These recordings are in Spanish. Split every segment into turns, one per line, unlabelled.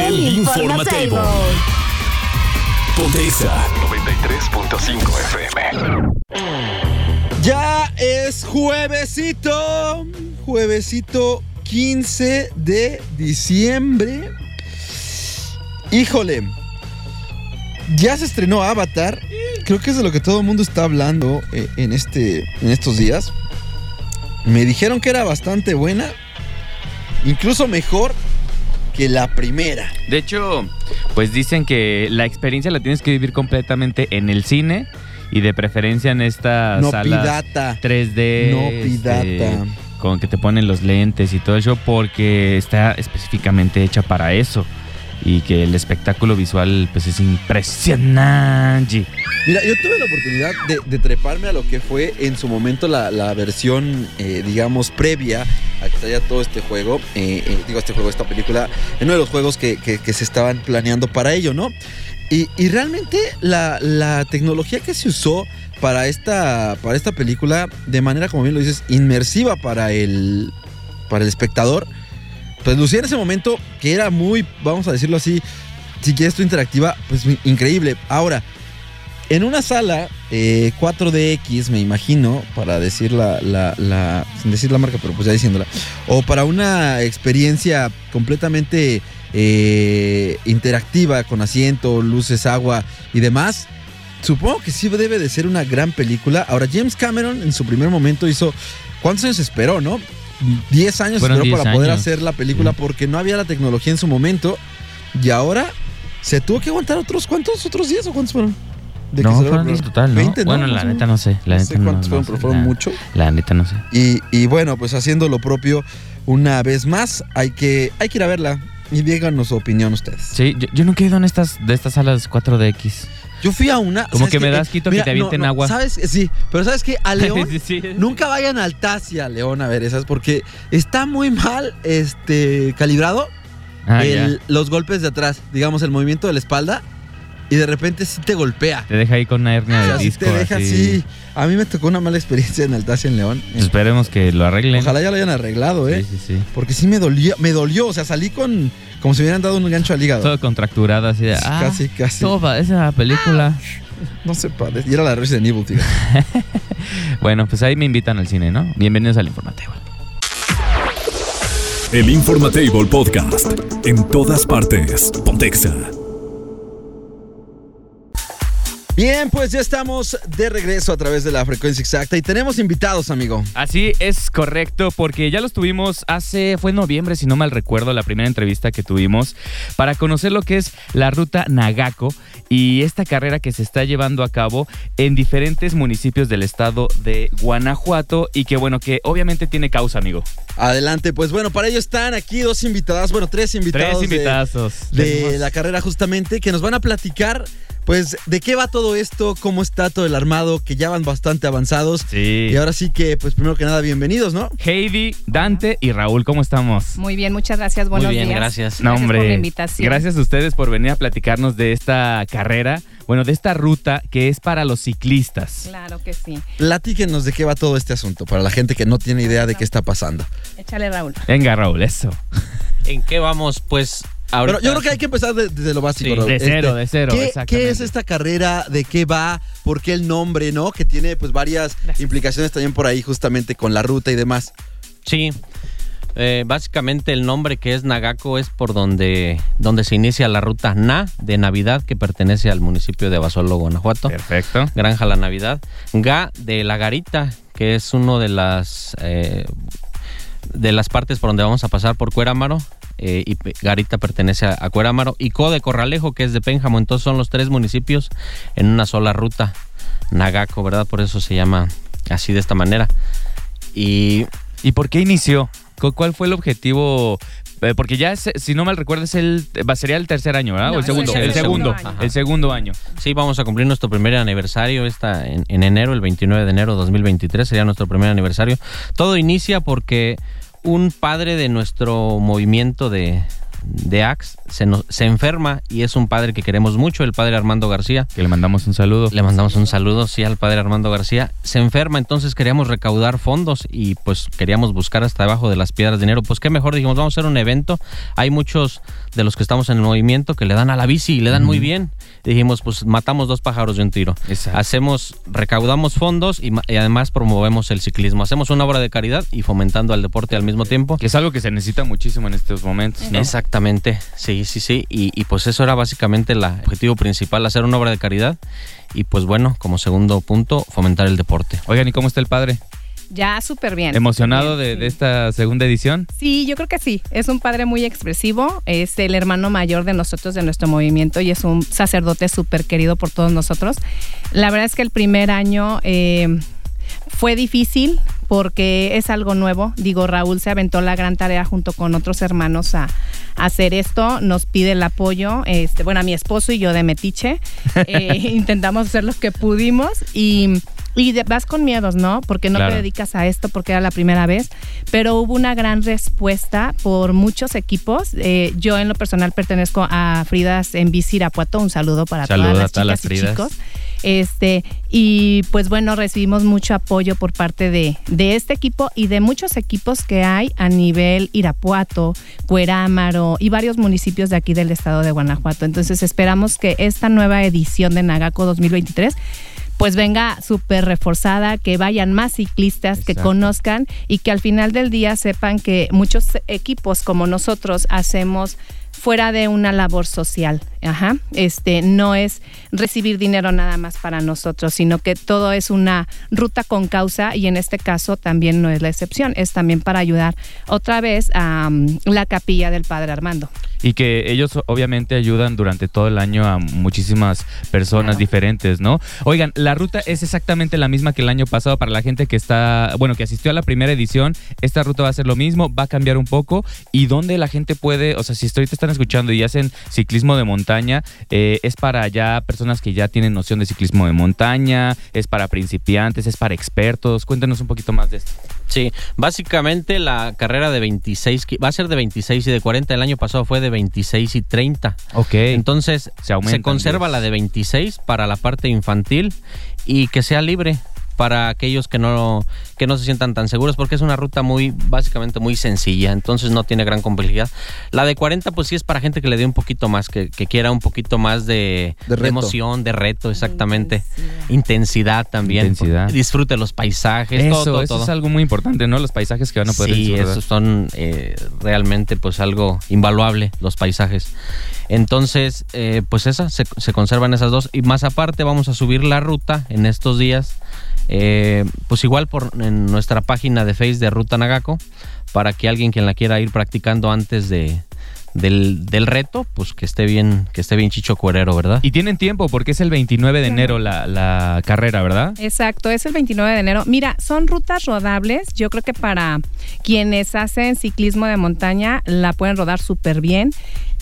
El Informatable. Ponte Exa
93.5 FM.
Ya es juevesito, juevesito 15 de diciembre. Híjole, ya se estrenó Avatar. Creo que es de lo que todo el mundo está hablando eh, en, este, en estos días. Me dijeron que era bastante buena, incluso mejor que la primera.
De hecho, pues dicen que la experiencia la tienes que vivir completamente en el cine y de preferencia en esta
No
sala
pirata.
3D.
No pirata.
este, con que te ponen los lentes y todo eso porque está específicamente hecha para eso. Y que el espectáculo visual pues es impresionante.
Mira, yo tuve la oportunidad de, de treparme a lo que fue en su momento la, la versión, eh, digamos, previa a que salía todo este juego, eh, eh, digo este juego, esta película, en uno de los juegos que, que- que se estaban planeando para ello, ¿no? Y, y realmente la, la tecnología que se usó para esta, para esta película, de manera, como bien lo dices, inmersiva para el, para el espectador, pues lucía en ese momento que era muy, vamos a decirlo así, si quieres tú interactiva, pues increíble. Ahora, en una sala eh, 4DX, me imagino, para decir la, la- la- sin decir la marca, pero pues ya diciéndola, o para una experiencia completamente eh, interactiva con asiento, luces, agua y demás. Supongo que sí debe de ser una gran película. Ahora, James Cameron en su primer momento hizo. ¿Cuántos años esperó, no? 10 años
Fueron
esperó
10
para poder
años.
hacer la película porque no había la tecnología en su momento. Y ahora se tuvo que aguantar otros. ¿Cuántos? ¿Otros 10 o cuántos fueron? De que
no,
salió la
fueron
primera.
en total, ¿no?
20, ¿no?
Bueno,
Más
la
o
neta
menos.
no sé. La
no
neta
sé
no-
cuántos
no
fueron,
sé,
pero fueron
la-
mucho.
La neta no sé.
Y, y bueno, pues haciendo lo propio una vez más, hay que, hay que ir a verla y díganos su opinión ustedes.
Sí, yo, yo nunca he ido en estas, de estas salas 4DX.
Yo fui a una...
Como
¿sabes
que me
qué?
das quito que te avienten agua.
¿Sabes? Sí, pero ¿sabes qué? A León...
Sí, sí.
Nunca vayan al Taxi, a León, a ver esas, porque está muy mal este, calibrado
Ah, ya.
el- los golpes de atrás, digamos, el movimiento de la espalda, y de repente sí te golpea.
Te deja ahí con una hernia
O sea,
de
sí
disco.
te deja así. A mí me tocó una mala experiencia en Altacia en León.
Pues esperemos que lo arreglen.
Ojalá ya lo hayan arreglado, ¿eh?
Sí, sí, sí.
Porque sí me dolió, me dolió, o sea, salí con como si me hubieran dado un gancho al hígado.
Todo contracturado así de. Ah,
casi, casi.
Toda esa película.
No se parece. Y era la Resident Evil, tío.
Bueno, pues ahí me invitan al cine, ¿no? Bienvenidos al informativo.
El Informatable Podcast en todas partes. Pontexa.
Bien, pues ya estamos de regreso a través de la frecuencia exacta y tenemos invitados, amigo.
Así es correcto, porque ya los tuvimos hace, fue en noviembre, si no mal recuerdo, la primera entrevista que tuvimos para conocer lo que es la ruta Nagako y esta carrera que se está llevando a cabo en diferentes municipios del estado de Guanajuato y que bueno, que obviamente tiene causa, amigo.
Adelante, pues bueno, para ello están aquí dos invitadas, bueno, tres invitados.
Tres
de-
invitazos.
De,
Tenemos-
la carrera justamente, que nos van a platicar, pues, de qué va todo esto, cómo está todo el armado, que ya van bastante avanzados.
Sí.
Y ahora sí que, pues, primero que nada, bienvenidos, ¿no?
Heidi, Dante y Raúl, ¿cómo estamos?
Muy bien, muchas gracias. Buenos
Muy bien,
días.
gracias.
No,
Gracias
hombre.
por la invitación.
Gracias a ustedes por venir a platicarnos de esta carrera, bueno, de esta ruta que es para los ciclistas.
Claro que sí.
Platíquenos de qué va todo este asunto, para la gente que no tiene idea de qué está pasando.
Échale, Raúl.
Venga, Raúl, eso.
¿En qué vamos? Pues ahorita.
Pero yo creo que hay que empezar de- desde lo básico,
Sí.
Raúl. Este,
De cero, de cero,
¿qué- ¿qué,
exactamente.
es esta carrera? ¿De qué va? ¿Por qué el nombre, no? Que tiene, pues, varias
Gracias.
implicaciones también por ahí, justamente con la ruta y demás.
Sí. Eh, básicamente el nombre que es Nagako es por donde, donde se inicia la ruta Na de Navidad que pertenece al municipio de Basolo, Guanajuato.
Perfecto.
Granja La Navidad. Ga de La Garita, que es uno de las eh, de las partes por donde vamos a pasar por Cuéramaro eh, y Pe- Garita pertenece a, a Cuerámaro, y Co de Corralejo, que es de Pénjamo. Entonces son los tres municipios en una sola ruta, Nagaco, ¿verdad? Por eso se llama así de esta manera. Y
¿Y por qué inició? ¿Cu- ¿Cuál fue el objetivo? Eh, Porque ya, es- si no mal recuerdo, es el, va- sería el tercer año, ¿verdad?
No,
o Ah, el
es el
segundo. El
segundo
segundo.
año.
Ajá. El segundo año.
Sí, vamos a cumplir nuestro primer aniversario esta, en, en enero, el 29 de enero de 2023 sería nuestro primer aniversario. Todo inicia porque un padre de nuestro movimiento de, de Axe se, nos- se enferma y es un padre que queremos mucho, el padre Armando García.
Que le mandamos un saludo.
Le mandamos un saludo, sí, al padre Armando García. Se enferma, entonces queríamos recaudar fondos y pues queríamos buscar hasta abajo de las piedras dinero. Pues qué mejor, dijimos, vamos a hacer un evento. Hay muchos de los que estamos en el movimiento que le dan a la bici y le dan muy bien. Dijimos, pues matamos dos pájaros de un tiro.
Exacto.
Hacemos, recaudamos fondos y, ma- y además promovemos el ciclismo. Hacemos una obra de caridad y fomentando al deporte al mismo tiempo.
Que es algo que se necesita muchísimo en estos momentos. ¿no?
Exactamente, sí, sí, sí. Y, y, pues eso era básicamente la- el objetivo principal, hacer una obra de caridad. Y pues bueno, como segundo punto, fomentar el deporte.
Oigan, ¿y cómo está el padre?
Ya súper bien.
¿Emocionado de,
Sí.
de esta segunda edición?
Sí, yo creo que sí. Es un padre muy expresivo, es el hermano mayor de nosotros, de nuestro movimiento, y es un sacerdote súper querido por todos nosotros. La verdad es que el primer año eh, fue difícil porque es algo nuevo. Digo, Raúl se aventó la gran tarea junto con otros hermanos a, a hacer esto. Nos pide el apoyo, este, bueno, a mi esposo y yo de Metiche. Eh, intentamos hacer lo que pudimos y, y de- vas con miedos, ¿no? Porque no
Claro.
te dedicas a esto porque era la primera vez pero hubo una gran respuesta por muchos equipos. Eh, yo en lo personal pertenezco a Fridas en Bici Irapuato. Un saludo para
Saludo
todas
a
las
todas las
chicas y
Fridas.
chicos. Este, y pues bueno, recibimos mucho apoyo por parte de, de este equipo y de muchos equipos que hay a nivel Irapuato, Cuerámaro y varios municipios de aquí del estado de Guanajuato. Entonces esperamos que esta nueva edición de Nagaco 2023 pues venga súper reforzada, que vayan más ciclistas, que
Exacto.
conozcan y que al final del día sepan que muchos equipos como nosotros hacemos fuera de una labor social, ajá, este no es recibir dinero nada más para nosotros, sino que todo es una ruta con causa y en este caso también no es la excepción, es también para ayudar otra vez a mm, la capilla del Padre Armando.
Y que ellos o- obviamente ayudan durante todo el año a muchísimas personas
Claro.
diferentes, ¿no? Oigan, la ruta es exactamente la misma que el año pasado para la gente que está, bueno, que asistió a la primera edición. Esta ruta va a ser lo mismo, va a cambiar un poco. ¿Y dónde la gente puede, o sea, si ahorita están escuchando y hacen ciclismo de montaña, eh, es para ya personas que ya tienen noción de ciclismo de montaña, es para principiantes, es para expertos? Cuéntenos un poquito más de esto.
Sí, básicamente la carrera de 26, ki- va a ser de 26 y de 40, el año pasado fue de 26 y 30.
Ok.
Entonces
Se
se,
aumentan,
conserva
pues.
la de 26 para la parte infantil y que sea libre para aquellos que no, que no se sientan tan seguros porque es una ruta muy básicamente muy sencilla, entonces no tiene gran complejidad. La de 40 pues sí es para gente que le dé un poquito más, que, que quiera un poquito más de,
De reto.
emoción, de reto, exactamente. Intensidad también.
Intensidad.
Disfrute los paisajes,
eso,
todo, todo,
eso
todo.
es algo muy importante, ¿no? Los paisajes que van a poder
Sí,
disfrutar.
esos son eh, realmente pues algo invaluable, los paisajes. Entonces, eh, pues esas, se, se conservan esas dos. Y más aparte vamos a subir la ruta en estos días, eh, pues igual por en nuestra página de Face de Ruta Nagaco, para que alguien quien la quiera ir practicando antes de... Del, del reto, pues que esté bien, que esté bien chicho cuerero, ¿verdad?
Y tienen tiempo porque es el 29 de enero la, la carrera, ¿verdad?
Exacto, es el 29 de enero. Mira, son rutas rodables. Yo creo que para quienes hacen ciclismo de montaña la pueden rodar súper bien.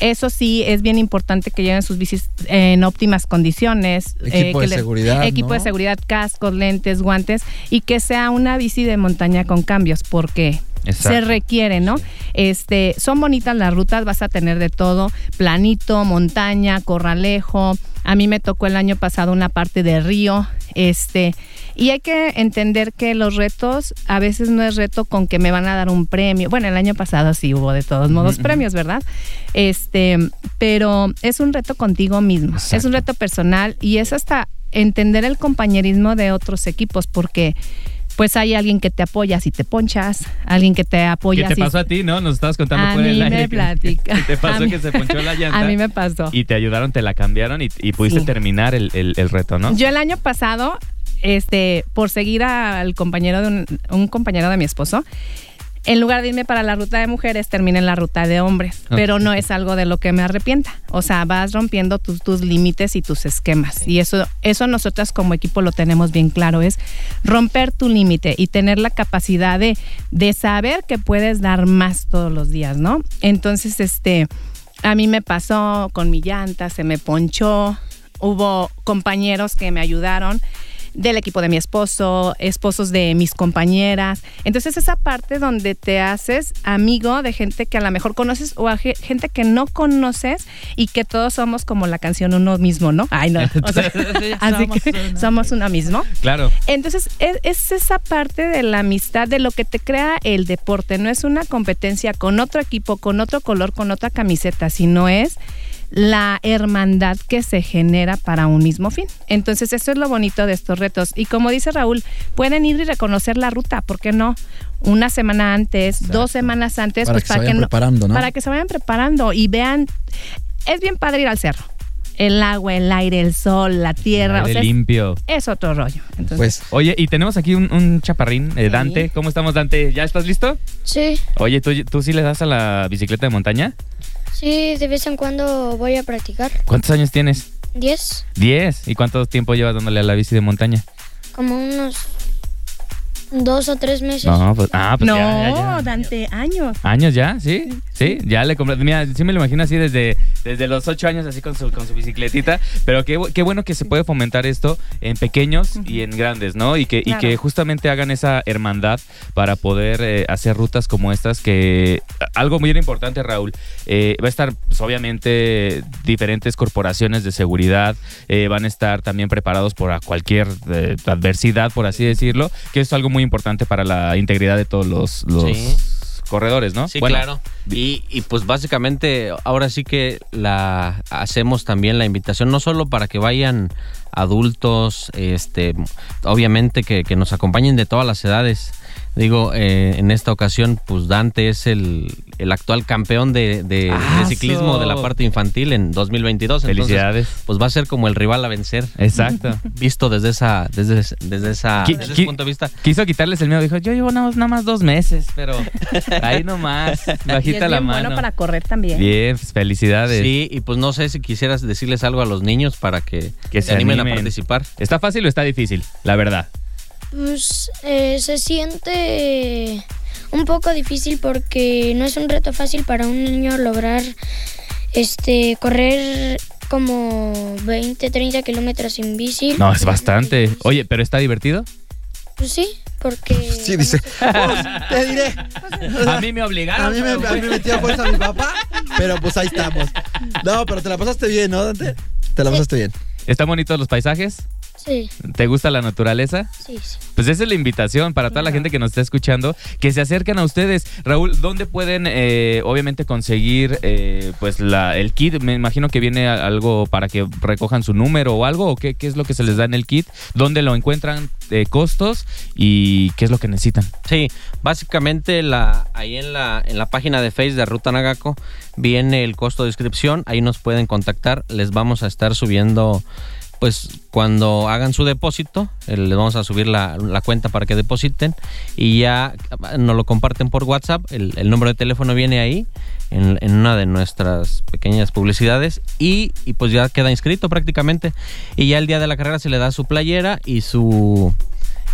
Eso sí, es bien importante que lleven sus bicis en óptimas condiciones.
Equipo de
eh, que les-
seguridad,
Equipo
¿no?
de seguridad, cascos, lentes, guantes y que sea una bici de montaña con cambios porque se
Exacto.
requiere, ¿no? Este, son bonitas las rutas, vas a tener de todo, planito, montaña, corralejo. A mí me tocó el año pasado una parte de río, este, y hay que entender que los retos a veces no es reto con que me van a dar un premio. Bueno, el año pasado sí hubo de todos modos premios, ¿verdad? Este, pero es un reto contigo mismo, es
Exacto.
un reto personal y es hasta entender el compañerismo de otros equipos porque pues hay alguien que te apoya si te ponchas, alguien que te
¿Qué
apoya
te
si
pasó a ti, no? Nos estabas contando
a
fuera
mí
del aire
me
que-
platica.
que te
A
pasó
mí-
que se ponchó la llanta.
A mí me pasó.
Y te ayudaron, te la cambiaron y, y pudiste
Sí.
terminar el, el- el reto, ¿no?
Yo el año pasado, este, por seguir al compañero de un, un compañero de mi esposo, en lugar de irme para la ruta de mujeres, terminé en la ruta de hombres.
Ah.
Pero no es algo de lo que me arrepienta. O sea, vas rompiendo tus, tus límites y tus esquemas. Y eso, eso nosotras como equipo lo tenemos bien claro. Es romper tu límite y tener la capacidad de, de saber que puedes dar más todos los días, ¿no? Entonces, este, a mí me pasó con mi llanta, se me ponchó. Hubo compañeros que me ayudaron del equipo de mi esposo, esposos de mis compañeras. Entonces esa parte donde te haces amigo de gente que a lo mejor conoces o a ge- gente que no conoces y que todos somos como la canción uno mismo, ¿no? Ay, no. o sea, así que somos uno mismo.
Claro.
Entonces, es, es esa parte de la amistad, de lo que te crea el deporte. No es una competencia con otro equipo, con otro color, con otra camiseta, sino es la hermandad que se genera para un mismo fin. Entonces, eso es lo bonito de estos retos. Y como dice Raúl, pueden ir y reconocer la ruta, ¿por qué no? Una semana antes, dos semanas antes, pues,
Para que se vayan preparando, ¿no?
Para que se vayan preparando y vean. Es bien padre ir al cerro. El agua, el aire, el sol, la tierra.
Aire
o sea, es-
limpio.
es otro rollo. Entonces,
Pues
Oye, y tenemos aquí un, un chaparrín, eh, Dante. ¿Cómo estamos, Dante? ¿Ya estás listo?
Sí,
Oye, ¿tú, ¿tú sí le das a la bicicleta de montaña?
sí, de vez en cuando voy a practicar.
¿Cuántos años tienes?
10,
Diez. ¿Y cuánto tiempo llevas dándole a la bici de montaña?
como unos dos o tres meses.
No, pues, ah, pues
no,
ya, ya, ya.
Dante, años.
¿Años ya? ¿Sí? Sí, ya le compré. Mira, sí me lo imagino así desde, desde los ocho años, así con su, con su bicicletita. Pero qué, bu- qué bueno que se puede fomentar esto en pequeños y en grandes, ¿no? Y que, y
Claro.
que justamente hagan esa hermandad para poder eh, hacer rutas como estas. Que algo muy importante, Raúl, eh, va a estar, pues, obviamente, diferentes corporaciones de seguridad, eh, van a estar también preparados por a cualquier eh, adversidad, por así decirlo, que es algo muy importante para la integridad de todos los, los
Sí.
corredores, ¿no?
Sí,
Bueno,
claro. Y, y, pues básicamente ahora sí que la hacemos también la invitación, no solo para que vayan adultos, este, obviamente que, que nos acompañen de todas las edades. Digo, eh, en esta ocasión, pues Dante es el, el actual campeón de, de- de
¡Aso!
ciclismo de la parte infantil en 2022. Entonces,
Felicidades.
pues va a ser como el rival a vencer.
Exacto.
Visto desde esa, desde, ese- desde esa,
Qui-
desde ese
qui-
punto de vista.
Quiso quitarles el miedo, dijo, yo llevo nada más, nada más dos meses, pero ahí nomás,
Y es
bajita
bien
la
bueno
mano.
para correr también.
Bien, pues, felicidades.
Sí, y pues no sé si quisieras decirles algo a los niños para que,
Que
se,
se
animen,
animen.
a participar.
¿Está fácil o está difícil? La verdad.
Pues eh, se siente un poco difícil porque no es un reto fácil para un niño lograr este correr como 20, 30 kilómetros sin bici.
No, es bastante. Oye, ¿pero está divertido?
Pues sí, porque...
sí dice, "Pues, te diré.
A mí me obligaron.
A mí me,
pero,
a mí me metió a fuerza mi papá, pero pues ahí estamos. No, pero te la pasaste bien, ¿no, Dante? Te la pasaste bien.
¿Están bonitos los paisajes?
Sí,
¿Te gusta la naturaleza?
sí, sí.
Pues esa es la invitación para toda la gente que nos está escuchando, que se acerquen a ustedes. Raúl, ¿dónde pueden eh, obviamente conseguir eh, pues la, el kit? Me imagino que viene a- algo para que recojan su número o algo, o qué, qué es lo que se les da en el kit, dónde lo encuentran, eh, costos y qué es lo que necesitan.
Sí, básicamente la, ahí en la, en la página de Face de Ruta Nagaco viene el costo de inscripción, ahí nos pueden contactar, les vamos a estar subiendo, pues cuando hagan su depósito, eh, les vamos a subir la, la cuenta para que depositen y ya eh, nos lo comparten por WhatsApp, el, el número de teléfono viene ahí. En, en una de nuestras pequeñas publicidades y, y pues ya queda inscrito prácticamente y ya el día de la carrera se le da su playera y su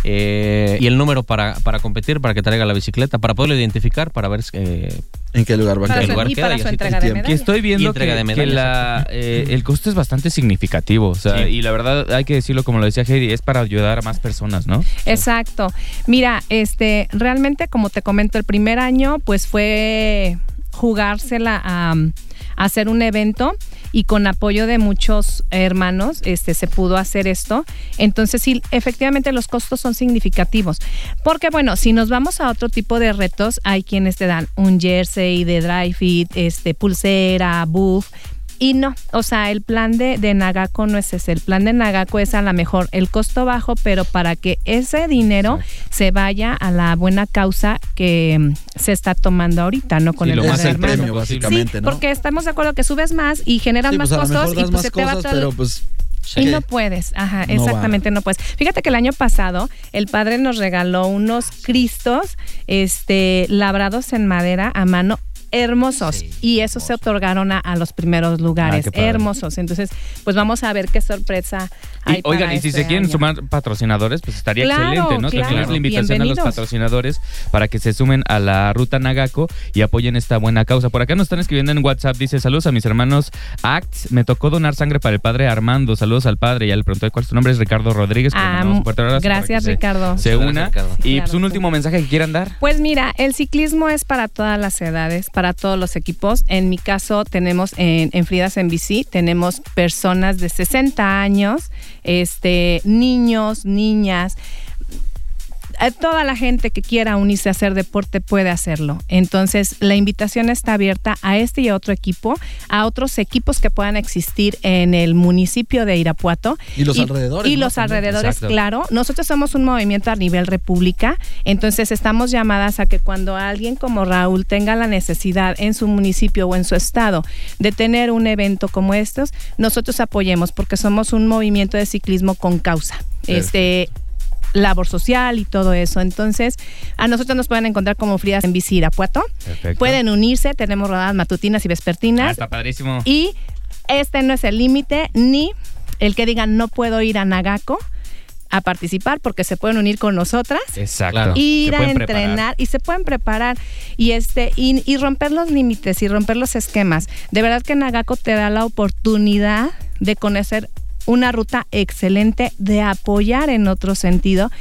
eh, y el número para, para competir, para que traiga la bicicleta, para poderlo identificar, para ver eh,
¿En qué lugar va a
Para
quedar?
el
su-
lugar
y
queda
para
y
su
así
entrega
todo
de
el tiempo.
Que
medallas.
estoy
Y
viendo que,
entrega de
que la,
medallas,
eh, el costo es bastante significativo. O sea,
Sí.
Y la verdad hay que decirlo como lo decía Heidi, es para ayudar a más personas, ¿no?
Exacto. Mira, este, realmente, como te comento, el primer año, pues fue jugársela a, um, a hacer un evento y con apoyo de muchos hermanos este, se pudo hacer esto. Entonces, sí, efectivamente los costos son significativos. Porque, bueno, si nos vamos a otro tipo de retos, hay quienes te dan un jersey de dry fit, este, pulsera, buff. Y no, o sea, el plan de, de Nagako no es ese. El plan de Nagako es a lo mejor el costo bajo, pero para que ese dinero se vaya a la buena causa que mm, se está tomando ahorita, ¿no? Con
Sí,
el
lo
Es
más
otro
el
hermano.
premio,
Sí,
básicamente,
sí,
¿no?
porque estamos de acuerdo que subes más y generas
Sí,
más
pues a lo
costos
mejor
y pues
das más
se te va
cosas,
todo el-
pero pues
Sí.
Y no puedes, ajá,
No
exactamente no puedes. Fíjate que el año pasado el padre nos regaló unos cristos este, labrados en madera a mano hermosos
Sí,
y esos se otorgaron a, a los primeros lugares,
Ah, qué padre.
hermosos. Entonces, pues vamos a ver qué sorpresa hay.
Y, oigan,
para
y si
este
se quieren
año.
sumar patrocinadores, pues estaría
Claro,
excelente, ¿no?
claro,
Tenemos la invitación a los
bienvenidos.
patrocinadores para que se sumen a la ruta Nagaco y apoyen esta buena causa. Por acá nos están escribiendo en WhatsApp, dice, saludos a mis hermanos Acts, me tocó donar sangre para el padre Armando, saludos al padre, ya le pregunté cuál es tu nombre, es Ricardo Rodríguez. pues, le
Ah,
mandamos un fuerte abrazo para que
gracias,
se-
Ricardo.
Se,
Muchas
una.
gracias, Ricardo.
Y
Claro,
pues un
sí.
último mensaje que quieran dar.
Pues mira, el ciclismo es para todas las edades, para todos los equipos. En mi caso tenemos en, en Fridas en Bici, tenemos personas de 60 años, este, niños, niñas. Eh, Toda la gente que quiera unirse a hacer deporte puede hacerlo. Entonces, la invitación está abierta a este y a otro equipo, a otros equipos que puedan existir en el municipio de Irapuato.
Y los alrededores,
Y
¿no?
los
También.
alrededores,
Exacto.
claro. Nosotros somos un movimiento a nivel república, entonces estamos llamadas a que cuando alguien como Raúl tenga la necesidad en su municipio o en su estado de tener un evento como estos, nosotros apoyemos porque somos un movimiento de ciclismo con causa. Este labor social y todo eso. Entonces, a nosotros nos pueden encontrar como Frías en Bici Irapuato.
Perfecto.
Pueden unirse, tenemos rodadas matutinas
Ah,
y vespertinas.
está padrísimo.
Y este no es el límite, ni el que digan no puedo ir a Nagako a participar porque se pueden unir con nosotras.
Exacto.
Claro.
Ir
Se
a
pueden
entrenar
preparar.
y se pueden preparar y este y, y romper los límites y romper los esquemas. De verdad que Nagako te da la oportunidad de conocer una ruta excelente, de apoyar en otro sentido,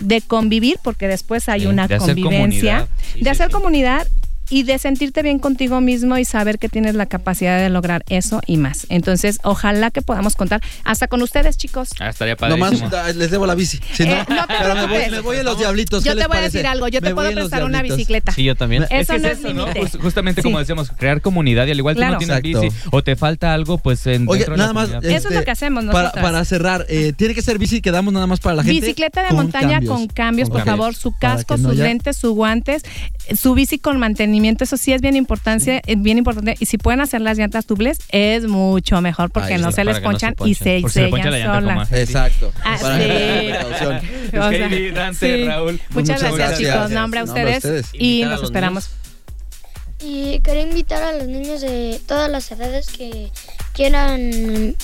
de convivir porque después hay
Sí,
una
de hacer
convivencia,
comunidad.
Sí,
de
sí,
hacer
sí.
comunidad y de sentirte bien contigo mismo y saber que tienes la capacidad de lograr eso y más. Entonces, ojalá que podamos contar hasta con ustedes, chicos.
Ah, estaría
Nomás
padrísimo.
ah, les debo la bici. Si no,
Eh, no te
pero me voy,
preocupes.
me voy en los diablitos.
Yo
¿qué
te
les
voy a
parece?
decir algo, yo
Me
te
voy
puedo
en los
prestar una
diablitos.
bicicleta.
Sí, yo también.
Eh, Eso
Ah. que
no es límite.
Jus- justamente como
Sí.
decíamos, crear comunidad y al igual que
Claro.
no tienes
Exacto.
bici o te falta algo, pues en
Oye,
dentro de la
nada más. este,
comunidad.
Eso es lo que hacemos
Para,
nosotras.
para cerrar, eh, tiene que ser bici que damos nada más para la gente.
Bicicleta de
con
montaña con cambios,
Con cambios.
por favor, su
Para
casco,
que no
sus
haya-
lentes, sus guantes, eh, su bici con mantenimiento, eso sí es bien importante, es bien importante. Y si pueden hacer las llantas tubles, es mucho mejor porque
Ahí
no
está,
se les
para que no se
ponchan y
ponchen.
se
Por si le poncha la
sellan
llanta,
solas.
coma.
Exacto.
Ah,
para
sí.
que haya precaución.
O sea,
Heidi, Dante, Raúl,
Muchas,
muchas
gracias,
gracias.
chicos. Nombre a
No, hombre, a
ustedes.
ustedes.
Y
Invitar a
los
los
esperamos.
Y quería invitar a los niños de todas las edades que quieran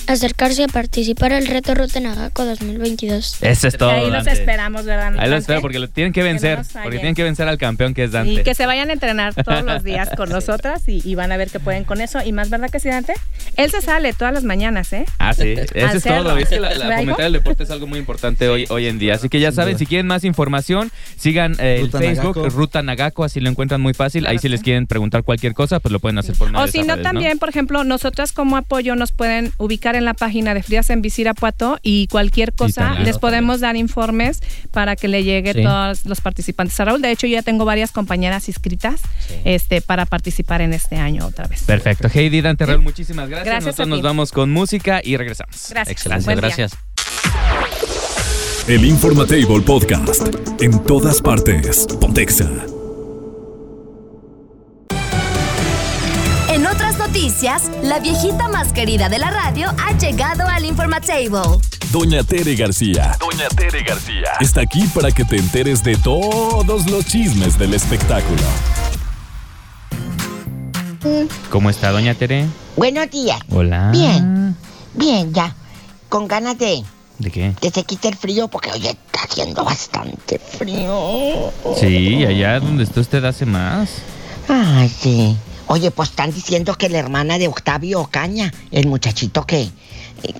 acercarse a participar al reto Ruta Nagaco 2022.
Eso es todo.
Ahí los
Dante.
esperamos, ¿verdad? mi
Ahí los
Dante?
espero porque lo tienen que vencer.
nos fallen.
porque tienen que vencer al campeón que es Dante.
Y que se vayan a entrenar todos los días con nosotras y, y van a ver que pueden con eso. Y más, ¿verdad que sí, Dante? Él se sale todas las mañanas, ¿eh?
Ah, sí, eso
Al
es todo.
cerro.
Es que la, la
¿Traigo?
fomentar el deporte es algo muy importante hoy, hoy en día. Así que ya saben, si quieren más información, sigan eh, el
Ruta
Facebook,
Nagaco.
Ruta Nagaco, así lo encuentran muy fácil. Ahí
Claro,
si les
sí.
quieren preguntar cualquier cosa, pues lo pueden hacer por medio
O
de
si
esas
no,
redes,
también, por ejemplo, nosotras como apoyo nos pueden ubicar en la página de Frías en Vicirapuato y cualquier cosa
también.
les podemos dar informes para que le llegue
Sí.
todos los participantes a Raúl. De hecho, yo ya tengo varias compañeras inscritas este, para participar en este año otra vez.
Perfecto. Heidi, Dante, Raúl, muchísimas gracias.
Gracias a
Nosotros nos
ti.
vamos con música y regresamos.
Gracias.
Excelente,
Buen día.
gracias.
El Informatable Podcast. En todas partes. Pontexa.
En otras noticias, la viejita más querida de la radio ha llegado al Informatable.
Doña Tere García
Doña Tere García.
está aquí para que te enteres de todos los chismes del espectáculo.
¿Cómo está, doña Tere?
Buenos días.
Hola.
Bien. Bien, ya. Con ganas de
¿De qué?
que se quite el frío porque hoy está haciendo bastante frío.
Sí, allá donde está usted hace más.
Ay, sí. Oye, pues están diciendo que la hermana de Octavio Ocaña, el muchachito que,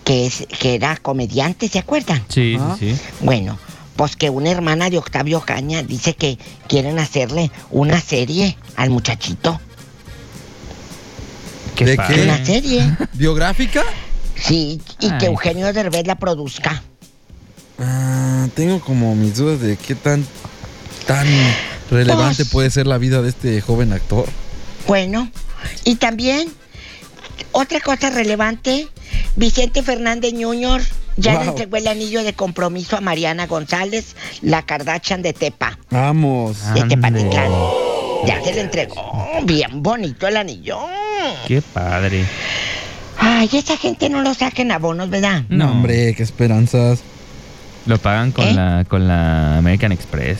que, es, que era comediante, ¿se acuerdan?
Sí,
Ah.
sí, sí.
Bueno, pues que una hermana de Octavio Ocaña dice que quieren hacerle una serie al muchachito.
Qué
¿De
padre.
qué?
Una serie.
¿Biográfica?
Sí, y
Ay.
que Eugenio Derbez la produzca.
Ah, tengo como mis dudas de qué tan, tan relevante
Pues-
puede ser la vida de este joven actor.
Bueno, y también otra cosa relevante, Vicente Fernández Jr. ya
Wow.
le entregó el anillo de compromiso a Mariana González, la Kardashian de Tepa,
Vamos.
Ah.
de
Ande.
Tepatitlán. Ya se le entregó, bien bonito el anillo.
Qué padre.
Ay, esa gente no lo saquen abonos, ¿verdad?
No, hombre, qué esperanzas.
Lo pagan con,
¿Eh?
la, con la American Express.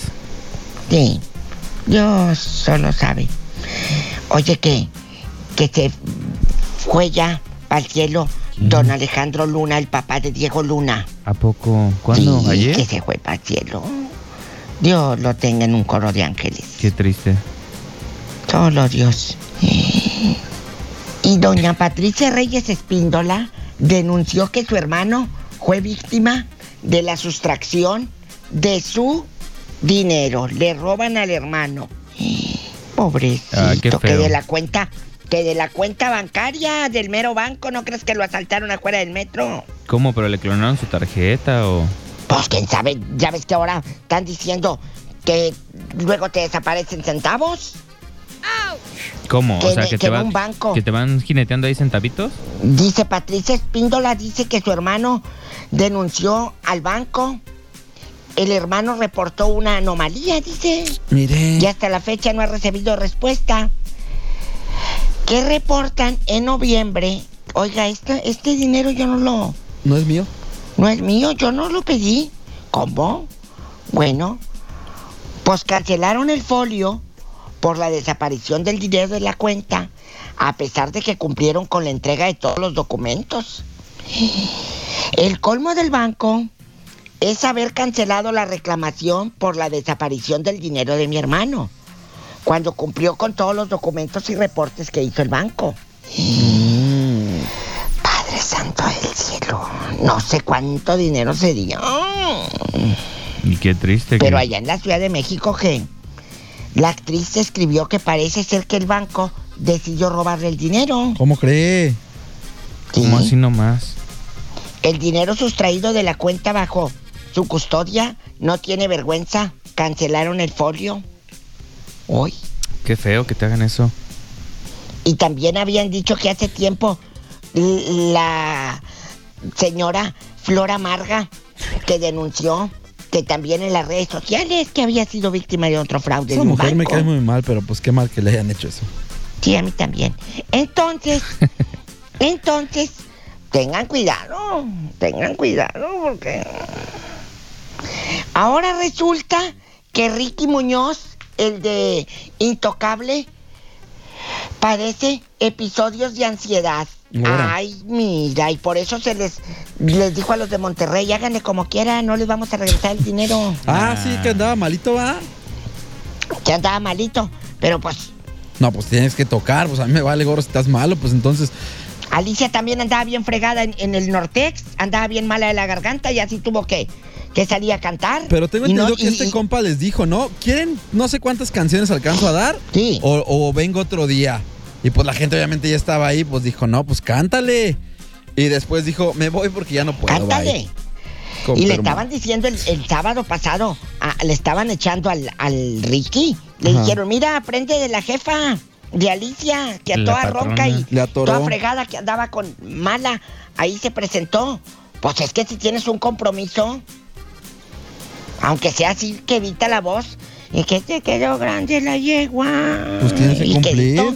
Sí. Dios solo sabe. Oye, que, que se fue ya al cielo don Alejandro Luna, el papá de Diego Luna.
¿A poco? ¿Cuándo?
Sí,
¿Ayer?
Que se fue para el cielo. Dios lo tenga en un coro de ángeles.
Qué triste.
Solo Dios. Y doña Patricia Reyes Espíndola denunció que su hermano fue víctima de la sustracción de su dinero. Le roban al hermano. Pobrecito,
Ah, qué
que
feo.
de la cuenta, que de la cuenta bancaria del mero banco, ¿no crees que lo asaltaron afuera del metro?
¿Cómo? ¿Pero le clonaron su tarjeta o...?
Pues quién sabe, ya ves que ahora están diciendo que luego te desaparecen centavos.
¿Cómo?
Que
o sea,
de-
que,
que
te
de
van,
un banco.
que te van jineteando ahí centavitos.
Dice Patricia Espíndola, dice que su hermano denunció al banco. El hermano reportó una anomalía, dice,
Mire.
y hasta la fecha no ha recibido respuesta. Que reportan en noviembre? Oiga, este, este dinero yo no lo,
¿No es mío?
no es mío, yo no lo pedí. ¿Cómo? Bueno, pues cancelaron el folio por la desaparición del dinero de la cuenta, a pesar de que cumplieron con la entrega de todos los documentos. El colmo del banco es haber cancelado la reclamación por la desaparición del dinero de mi hermano, cuando cumplió con todos los documentos y reportes que hizo el banco. Padre Santo del Cielo, no sé cuánto dinero se dio.
Y qué triste.
Pero
que...
allá en la Ciudad de México, que la actriz escribió que parece ser que el banco decidió robarle el dinero.
¿Cómo cree?
¿Cómo
Sí.
así nomás?
El dinero sustraído de la cuenta bajo su custodia no tiene vergüenza. Cancelaron el folio. Hoy.
Qué feo que te hagan eso.
Y también habían dicho que hace tiempo l- la señora Flora Marga que denunció que también en las redes sociales que había sido víctima de otro fraude. en
Esa
un
mujer me
banco.
cae muy mal, pero pues qué mal que le hayan hecho eso.
Sí, a mí también. Entonces, entonces, tengan cuidado, tengan cuidado, porque ahora resulta que Ricky Muñoz, el de Intocable, padece episodios de ansiedad.
Ahora.
Ay, mira, y por eso se les, les dijo a los de Monterrey, háganle como quieran, no les vamos a regresar el dinero.
Ah,
Ah.
sí, que andaba malito, ¿va?
Que andaba malito, pero pues
No, pues tienes que tocar, pues a mí me vale gorro si estás malo, pues entonces.
Alicia también andaba bien fregada en, en el Nortex, andaba bien mala de la garganta y así tuvo que, que salir a cantar.
Pero tengo
Y no-
entendido que
y-
este
y-
compa les dijo, ¿no? ¿Quieren no sé cuántas canciones alcanzo a dar?
Sí.
O, o vengo otro día. Y pues la gente obviamente ya estaba ahí, pues dijo, no, pues cántale. Y después dijo, me voy porque ya no puedo.
Cántale.
bye. Con
y le
permiso.
estaban diciendo el, el sábado pasado, a- le estaban echando al, al Ricky. Le
Ajá.
dijeron, mira, aprende de la jefa, de Alicia, que a
La
toda
patrona.
ronca y
Le atoró.
toda fregada que andaba con mala, ahí se presentó. Pues es que si tienes un compromiso, aunque sea así que evita la voz, y que te quedó grande la yegua.
Pues tienes que
Y
cumplir.
esto,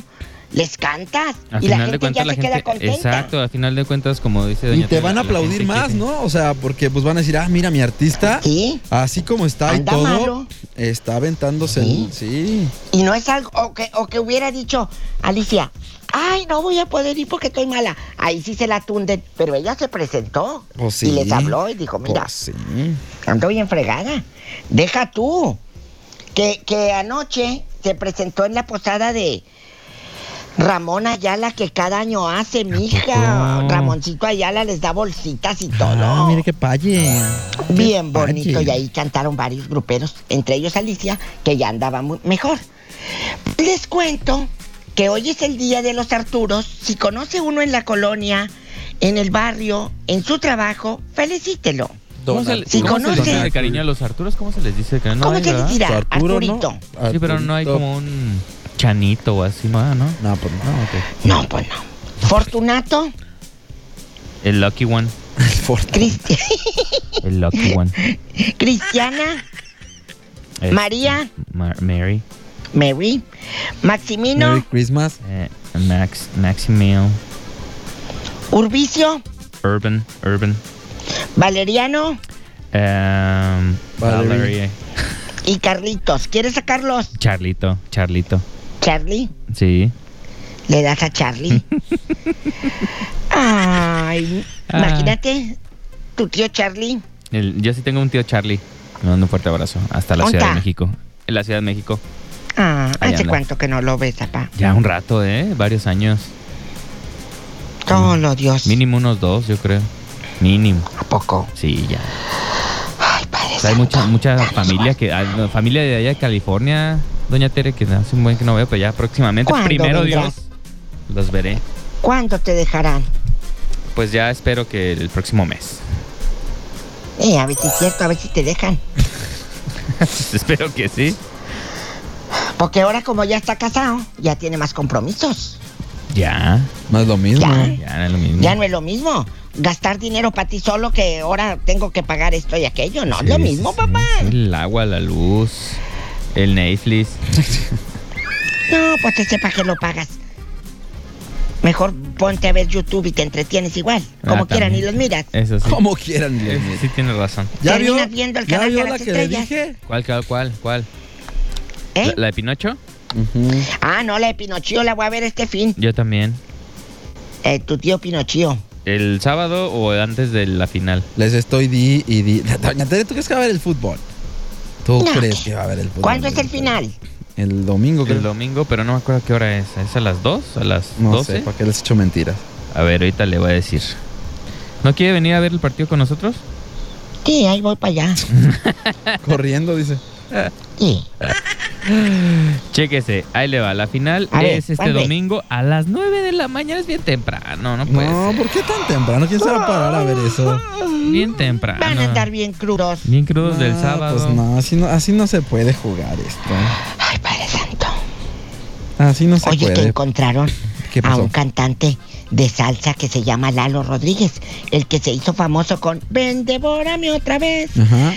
les cantas
Al
y la
final de
gente ya
cuentas la
se queda
gente...
contenta.
Exacto, al final de cuentas, como dice Doña
Y te
Tere,
van a
la
aplaudir
gente
más,
quiere-
¿no? O sea, porque pues van a decir, ah, mira, mi artista,
Sí.
así como está y
Anda
todo,
malo.
está aventándose.
Sí.
en- Sí.
Y no es algo, o que, o que hubiera dicho Alicia, ay, no voy a poder ir porque estoy mala. Ahí sí se la tunden, pero ella se presentó
Pues sí.
y les habló y dijo, mira,
Pues sí.
ando bien fregada, deja tú. Que, que anoche se presentó en la posada de Ramón Ayala, que cada año hace, mija.
poco?
Ramoncito Ayala les da bolsitas y todo.
Ah, mire qué palle.
Bien
Qué palle.
bonito, y ahí cantaron varios gruperos, entre ellos Alicia, que ya andaba mu- mejor. Les cuento que hoy es el Día de los Arturos. Si conoce uno en la colonia, en el barrio, en su trabajo, felicítelo.
¿Cómo se,
Don
le-
Sí,
cómo se les
conoce.
dice de cariño a los Arturos? ¿Cómo se les dice? Que no
¿Cómo
hay,
se les
¿verdad?
dirá?
Arturo, ¿no?
Arturito.
Sí, pero no hay
Arturito.
como un chanito o así, ¿no? Ah, ¿no?
No, pues no.
Ah, ok.
No, pues no. Fortunato,
El Lucky One.
Cristi-
El Lucky One.
Cristiana,
Eh,
María.
Ma- Mary.
Mary, Maximino,
Merry Christmas.
eh, Max, Maximil.
Urbicio,
Urban, Urban.
Valeriano
em,
Valerie.
Valerie.
y Carlitos. ¿Quieres a Carlos?
Charlito, Charlito.
Charlie,
Sí.
le das a Charlie. Ay,
Ah.
imagínate, tu tío Charlie.
El- yo sí tengo un tío Charlie. Le mando un fuerte abrazo. Hasta la
¿Dónde
Ciudad de
está?
México. En la Ciudad de México.
Ah,
Ahí
¿hace
anda.
cuánto que no lo ves, papá?
Ya un rato, ¿eh? Varios años.
Solo Dios.
Mínimo unos dos, yo creo. Mínimo.
¿A poco?
Sí, ya.
Ay, padre.
O sea, hay mucha,
santo.
mucha
Danos
familia que ah, familia de allá de California, doña Tere, que hace un buen que no veo, pero ya próximamente,
¿Cuándo
primero
vendrá?
Dios, los veré.
¿Cuándo te dejarán?
Pues ya espero que el próximo mes.
Eh, a ver si es cierto, a ver si te dejan.
espero que sí.
Porque ahora como ya está casado, ya tiene más compromisos.
Ya,
No es lo mismo.
Ya.
ya es lo mismo.
Ya no es lo mismo gastar dinero para ti solo que ahora tengo que pagar esto y aquello. No, es
Sí,
lo
sí,
mismo,
sí,
papá.
sí, El agua, la luz, el Netflix.
No, pues te sepa que lo pagas. Mejor ponte a ver YouTube y te entretienes igual.
Ah,
Como quieran y
también.
los miras.
Eso sí.
Como quieran. Dios mío.
Eso sí tienes razón.
¿Ya vio,
Terminas viendo el
¿ya
canal de
vio
las
la que le
estrellas?
dije?
¿Cuál, cuál, cuál? cuál?
¿eh?
¿La, la de Pinocho?
Ujú.
Ah, no, la de Pinochío la voy a ver este fin.
Yo también.
Eh, tu tío Pinochío.
¿El sábado o antes de la final?
Les estoy di y di. Doña Tere, ¿tú crees que va a ver el fútbol? ¿Tú
No.
crees que va a haber el fútbol?
¿Cuándo es el final?
El domingo, creo.
El domingo, pero no me acuerdo qué hora es. ¿Es a las 2? ¿A las
no
12?
sé, ¿para qué les he hecho mentiras?
A ver, ahorita le voy a decir. ¿No quiere venir a ver el partido con nosotros?
Sí, ahí voy para allá.
Corriendo, dice.
Sí.
Chéquese, ahí le va. La final
A ver,
es este
¿cuándo es?
domingo a las 9 de la mañana. Es bien temprano, no puede
no,
ser.
¿por qué tan temprano? ¿Quién se va a parar a ver eso?
Bien temprano.
Van a andar bien crudos.
bien crudos del
No,
sábado.
Pues no, así no, así no se puede jugar esto.
Ay, Padre Santo.
Así no se
Oye, que
puede.
encontraron
¿Qué
a
pasó?
un cantante de salsa que se llama Lalo Rodríguez, el que se hizo famoso con Ven, devórame otra vez.
Ajá.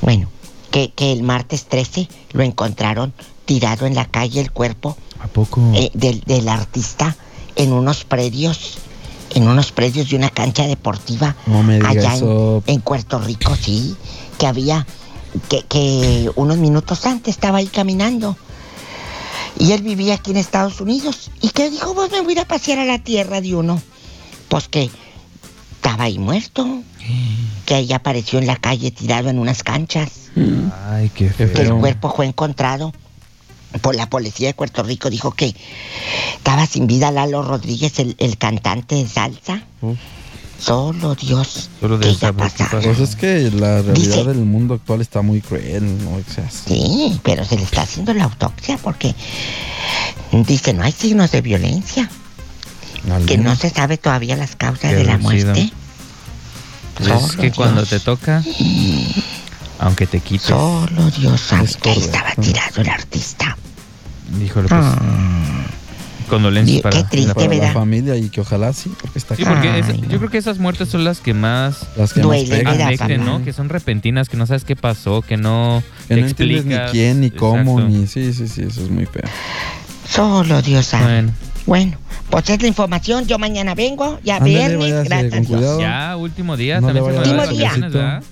Bueno, que, que el martes 13 lo encontraron tirado en la calle el cuerpo
¿A poco?
Mm.
eh, del, del artista en unos predios, en unos predios de una cancha deportiva
No me diga
allá en-
eso.
En, Puerto Rico, sí, que había, que, que unos minutos antes estaba ahí caminando. Y él vivía aquí en Estados Unidos. Y que dijo, vos me voy a ir a pasear a la tierra de uno. Pues que estaba ahí muerto. Que ahí apareció en la calle tirado en unas canchas.
Ay, qué feo.
El cuerpo fue encontrado por la policía de Puerto Rico. Dijo que estaba sin vida Lalo Rodríguez, el, el cantante de salsa.
Uf.
Solo Dios.
Solo
que
Dios
ya
sabe qué
pasaba.
pasó.
Pues es que la realidad
Dice-
del mundo actual está muy cruel, ¿no? O sea,
Sí, pero se le está haciendo la autopsia porque dice no hay signos de violencia,
al
que no
menos.
se sabe todavía las causas
Qué
de la
lucido.
muerte.
Pues es
Solo
que
Dios.
cuando te toca, auné te quites.
Solo Dios sabe
Es
que ahí estaba
correcto.
tirado el artista.
Híjole, pues. Condolencias
Ah. Dios,
para.
qué triste,
Para la
¿verdad?
familia y que ojalá sí, porque está
Sí, porque es-
Ay,
yo
no.
creo que esas muertes son las que más
Las que
Duele,
más pegan.
Mira,
afecten,
papá.
¿no? Que son repentinas, que no sabes qué pasó, que no
Que
te
no entiendes ni
explicas.
quién, ni cómo,
Exacto.
ni... Sí, sí, sí, eso es muy feo.
Solo Dios sabe.
Bueno,
Bueno, pues es la información. Yo mañana vengo, ya
Ándale,
viernes,
váyase
gracias a
con
Dios.
cuidado.
ya, último día.
No le
también se
a
vaya
me
dar
van
Último
vacaciones,
día.
¿verdad?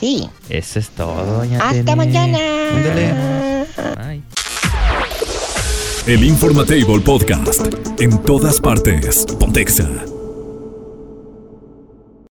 Sí.
Eso es todo, doña
Hasta
Tere.
mañana.
Ándale.
Bye.
El Informatable Podcast. En todas partes. Pontexa.